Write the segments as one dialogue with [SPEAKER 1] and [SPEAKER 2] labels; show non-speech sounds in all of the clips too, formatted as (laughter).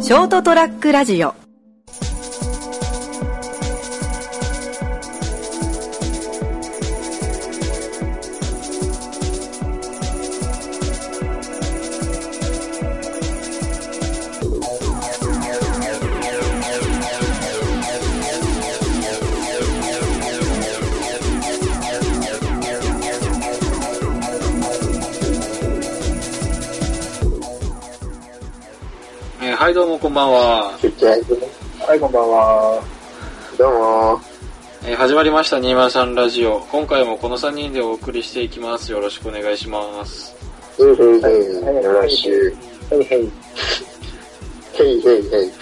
[SPEAKER 1] ショートトラックラジオ
[SPEAKER 2] えーはい、どうも、こんばんは。
[SPEAKER 3] はい、こんばんは。
[SPEAKER 4] どうも
[SPEAKER 2] えー始まりました、203ラジオ。今回もこの3人でお送りしていきます。よろしくお願いします。
[SPEAKER 4] ー。へいへいへい。よろしゅう。
[SPEAKER 3] はい、はい。
[SPEAKER 4] へいへいへい。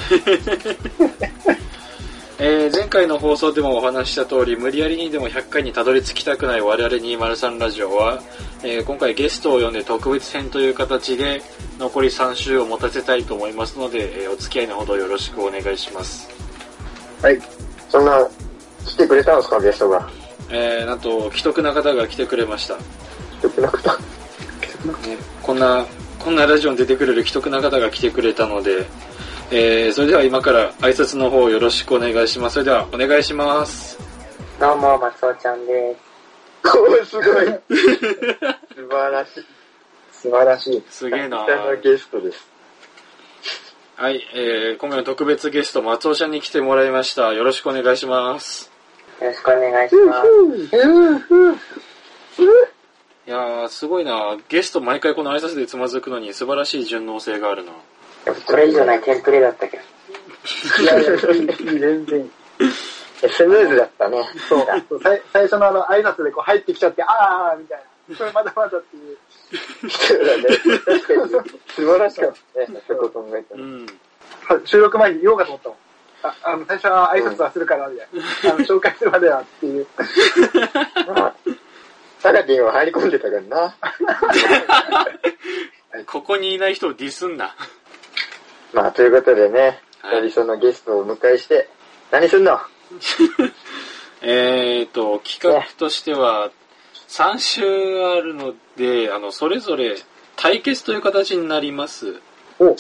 [SPEAKER 2] えー前回の放送でもお話しした通り、無理やりにでも100回にたどり着きたくない我々203ラジオは、えー今回ゲストを呼んで特別編という形で、残り3週を持たせたいと思いますので、えーお付き合いのほどよろしくお願いします。
[SPEAKER 4] はい。そんな、来てくれたんですか、ゲストが。
[SPEAKER 2] えーなんと、既得な方が来てくれました。
[SPEAKER 4] 来てくれなくた。
[SPEAKER 2] ね、こんな、こんなラジオに出てくれる既得な方が来てくれたので、えー、それでは今から挨拶の方よろしくお願いします。それではお願いします。
[SPEAKER 3] どうも、松尾ちゃんで
[SPEAKER 4] おすごい。素晴らしい。
[SPEAKER 3] す。素晴らしい。
[SPEAKER 2] すげえな
[SPEAKER 4] 久々のゲストです。
[SPEAKER 2] はい、えー、今回の特別ゲスト、松尾ちゃんに来てもらいました。よろしくお願いします。
[SPEAKER 3] よろしくお願いします。
[SPEAKER 2] いやー、すごいなゲスト毎回この挨拶でつまずくのに素晴らしい順応性があるな
[SPEAKER 3] やっぱこれ以上ないテンプレだったけど。 (laughs)
[SPEAKER 4] いやいや、全然。スムーズだったね。 (laughs)
[SPEAKER 5] そうそう最最初のあの挨拶でこう入ってきちゃって、あーみたいな。それまだまだっていう。
[SPEAKER 4] そうだね。確かに。素晴らしかったね。そこ考えた
[SPEAKER 2] う
[SPEAKER 4] ら。
[SPEAKER 2] ん。
[SPEAKER 5] は収録前に言おうかと思ったもん。ああの最初は挨拶はするから、みたいな。あの紹介するまではっていう。
[SPEAKER 4] まあサラディンは入り込んでたからな。
[SPEAKER 2] ここにいない人をディスんな。
[SPEAKER 4] まあ、ということでね、
[SPEAKER 2] はい
[SPEAKER 4] 二人そのゲストをお迎えして、何すんの
[SPEAKER 2] えーと、企画としては、3週あるので、あの、それぞれ対決という形になります。
[SPEAKER 4] お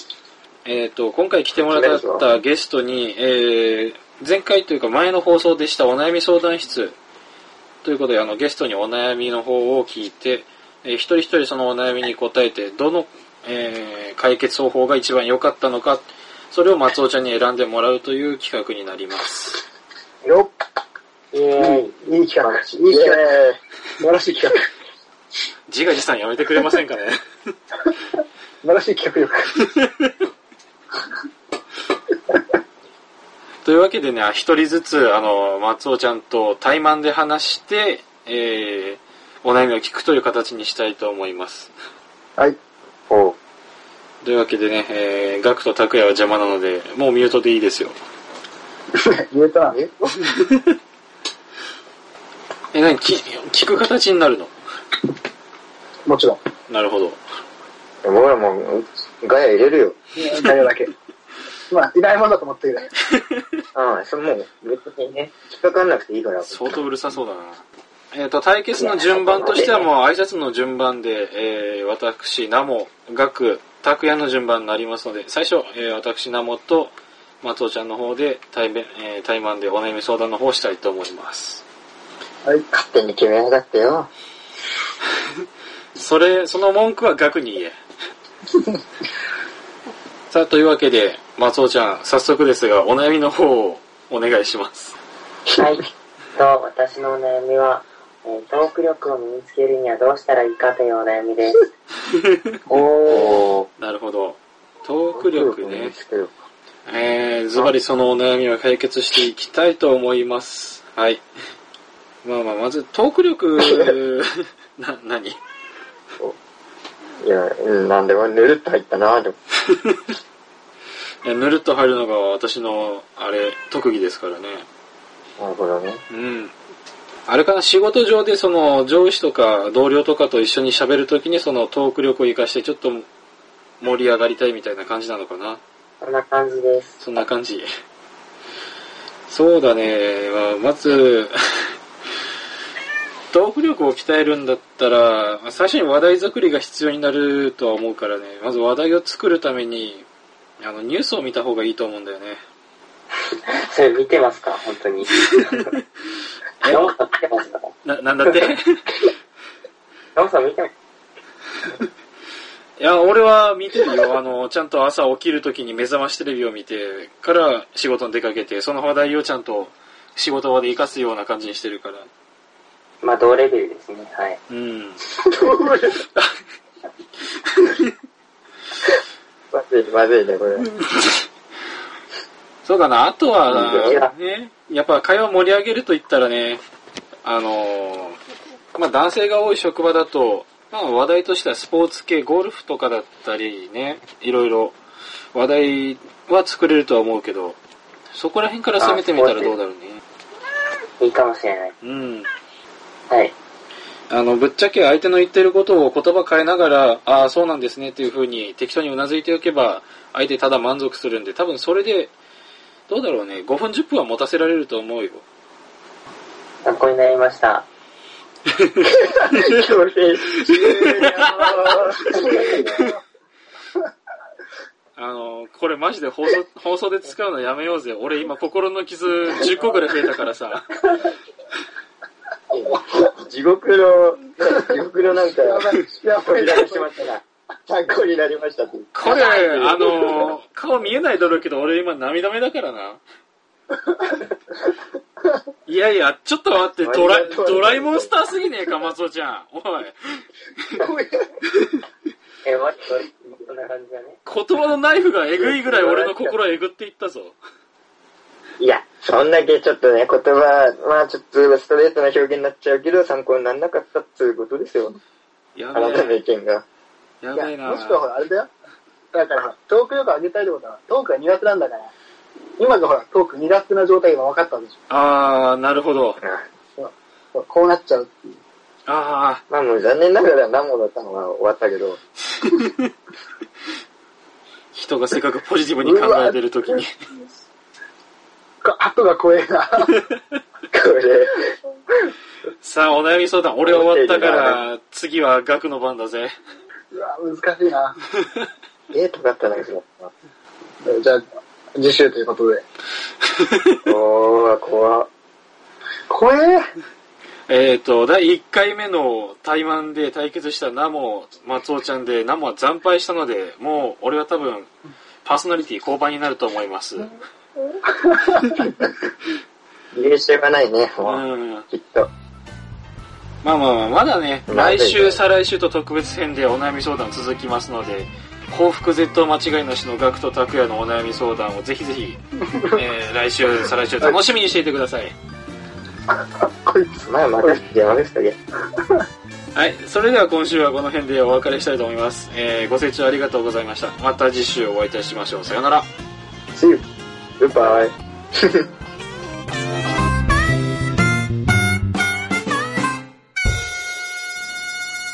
[SPEAKER 2] えーと、今回来てもらったゲストに、えー、前回というか前の放送でしたお悩み相談室ということで、あの、ゲストにお悩みの方を聞いて、えー一人一人そのお悩みに答えて、どの、えー解決方法が一番良かったのか、それを松尾ちゃんに選んでもらうという企画になります。
[SPEAKER 5] よっ
[SPEAKER 4] イェーイ。
[SPEAKER 3] いい企
[SPEAKER 4] い
[SPEAKER 3] 画。
[SPEAKER 4] い企画。
[SPEAKER 5] 素晴らしい企画。
[SPEAKER 2] 自画自賛やめてくれませんかね
[SPEAKER 5] 素晴らしい企画力。
[SPEAKER 2] というわけでね、一人ずつ、あの、松尾ちゃんと対マンで話して、えー、お悩みを聞くという形にしたいと思います。
[SPEAKER 5] はい。
[SPEAKER 4] おう
[SPEAKER 2] というわけでね、えー、ガクと拓也は邪魔なので、もうミュートでいいですよ。
[SPEAKER 5] 言えたな。
[SPEAKER 4] え
[SPEAKER 2] え、何き聞く形になるの
[SPEAKER 5] もちろん。
[SPEAKER 2] なるほど。
[SPEAKER 4] 僕らもうガヤ入れるよ。
[SPEAKER 5] 内容だけ。まあ、いないもんだと思ってる。
[SPEAKER 4] ああ、それもう別にね、引っかかんなくていいから。
[SPEAKER 2] 相当うるさそうだな。えっ、と、対決の順番としてはもう挨拶の順番で、えー、私、ナモ、ガク、拓也の順番になりますので、最初、えー、私、ナモと松尾ちゃんの方で対面、えー、対マンでお悩み相談の方をしたいと思います。
[SPEAKER 4] 勝手に決めやがってよ。
[SPEAKER 2] それ、その文句はガクに言え。 (laughs) さあ、というわけで、松尾ちゃん、早速ですが、お悩みの方をお願いします。
[SPEAKER 3] はい。と、私のお悩みは、えートーク力を身につけるにはどうしたらいいかというお悩み (laughs) です。
[SPEAKER 4] おー。
[SPEAKER 2] なるほど。トーク力
[SPEAKER 4] トーク
[SPEAKER 2] ね
[SPEAKER 4] で。すけど
[SPEAKER 2] えー、ズバリそのお悩みを解決していきたいと思います。はい。まあまあ、まず、トーク力、な、何
[SPEAKER 4] いや、うん、なんでもぬるっと入ったなぁと。
[SPEAKER 2] いやぬるっと入るのが私の、あれ、特技ですからね。
[SPEAKER 4] なるほどね。
[SPEAKER 2] うん。あれかな、仕事上でその、上司とか同僚とかと一緒に喋るときにそのトーク力を活かしてちょっと盛り上がりたいみたいな感じなのかな。
[SPEAKER 3] こんな感じです。
[SPEAKER 2] そんな感じ。そうだね。まあ、まず、 (laughs) トーク力を鍛えるんだったら、まあ最初に話題作りが必要になるとは思うからね。まず話題を作るために、あの、ニュースを見た方がいいと思うんだよね。
[SPEAKER 3] それ見てますか本当 (laughs) に。
[SPEAKER 2] え
[SPEAKER 3] ナオさん見てますか
[SPEAKER 2] な、なんだ (laughs) って
[SPEAKER 3] ナオさん見てます
[SPEAKER 2] いや、俺は見てるよ。あの、ちゃんと朝起きるときに目覚ましテレビを見て、から仕事に出かけて、その話題をちゃんと仕事場で活かすような感じにしてるから。
[SPEAKER 3] まあ、同レベルですね。はい。
[SPEAKER 2] うん。
[SPEAKER 4] まずい、まずいね、これ。
[SPEAKER 2] そうだな。あと
[SPEAKER 3] いや
[SPEAKER 2] は、ね、やっぱ会話盛り上げると言ったらね、あの、まあ、男性が多い職場だと、まあ、話題としてはスポーツ系、ゴルフとかだったりね、いろいろ話題は作れるとは思うけど、そこら辺から攻めてみたらどうだろうね。
[SPEAKER 3] いいかもしれない。
[SPEAKER 2] うん。
[SPEAKER 3] はい。
[SPEAKER 2] あの、ぶっちゃけ相手の言ってることを言葉変えながら、ああ、そうなんですねっていう風に適当にうなずいておけば、相手ただ満足するんで、多分それで、どうだろうね、5分10分は持たせられると思うよ。
[SPEAKER 3] 参考になりました。
[SPEAKER 4] 気持ちいい。
[SPEAKER 2] あの、これマジで放 (laughs) 送、放送で使うのやめようぜ。俺今心の傷10個ぐらい増えたからさ。
[SPEAKER 4] 地獄の、地獄のなんか、
[SPEAKER 5] (laughs) やばい、やばい。
[SPEAKER 4] 扉が閉まったな。参考になりましたって。
[SPEAKER 2] これ、あの、顔見えないだろうけど、俺今涙目だからな。 (laughs) いやいや、ちょっと待って、ドラ、ドライモンスターすぎねえか、松尾ちゃん。おい。
[SPEAKER 3] え、割と、こんな感じだね。
[SPEAKER 2] 言葉のナイフがえぐいぐらい俺の心をえぐっていったぞ。
[SPEAKER 4] いや、そんだけちょっとね、言葉、まあちょっとストレートな表現になっちゃうけど、参考にならなかったっていうことですよ。
[SPEAKER 2] や
[SPEAKER 4] あ
[SPEAKER 2] べ
[SPEAKER 4] なたの
[SPEAKER 2] え。
[SPEAKER 4] 意見が。
[SPEAKER 2] や
[SPEAKER 5] い
[SPEAKER 2] べえ
[SPEAKER 5] や
[SPEAKER 2] な
[SPEAKER 5] もし。くはほら、あれだよ。だからほら、トーク力上げたいってことは、トークが苦手なんだから、今のほら、トーク苦手な状態が分かったんでし
[SPEAKER 2] あー、なるほど。
[SPEAKER 5] ょ。こうなっちゃうっていう。
[SPEAKER 2] あ
[SPEAKER 4] まあもう残念ながら何もだったのは終わったけど、
[SPEAKER 2] ー、人がせっかくポジティブに考えてるときに。
[SPEAKER 5] か後が怖えな。
[SPEAKER 4] これ、
[SPEAKER 2] さあ、お悩み相談、俺は終わったから、次は額の番だぜ。
[SPEAKER 5] うわ、難しいな。
[SPEAKER 4] ええとかったな、今。
[SPEAKER 5] じゃあ、次週ということで。
[SPEAKER 4] おー、怖っ。
[SPEAKER 5] 怖え
[SPEAKER 2] えっと、第1回目の対マンで対決したナモ、松尾ちゃんで、ナモは惨敗したので、もう俺は多分、パーソナリティ交番になると思います。
[SPEAKER 4] 優秀がないね、
[SPEAKER 2] う
[SPEAKER 4] もう。
[SPEAKER 2] ん。
[SPEAKER 4] きっと。
[SPEAKER 2] まあまあまあ、まだね、
[SPEAKER 4] まだい
[SPEAKER 2] 来
[SPEAKER 4] い
[SPEAKER 2] 週、再来週と特別編でお悩み相談続きますので、幸福絶当間違いなしのガクと拓也のお悩み相談をぜひぜ (laughs) ひ、えー来週、再来週楽しみにしていてください。
[SPEAKER 5] こいつ。
[SPEAKER 4] まあ、また電話ですかね。
[SPEAKER 2] はい、それでは今週はこの辺でお別れしたいと思います。えーご清聴ありがとうございました。また次週お会いいたしましょう。さよなら。
[SPEAKER 4] See you. Goodbye.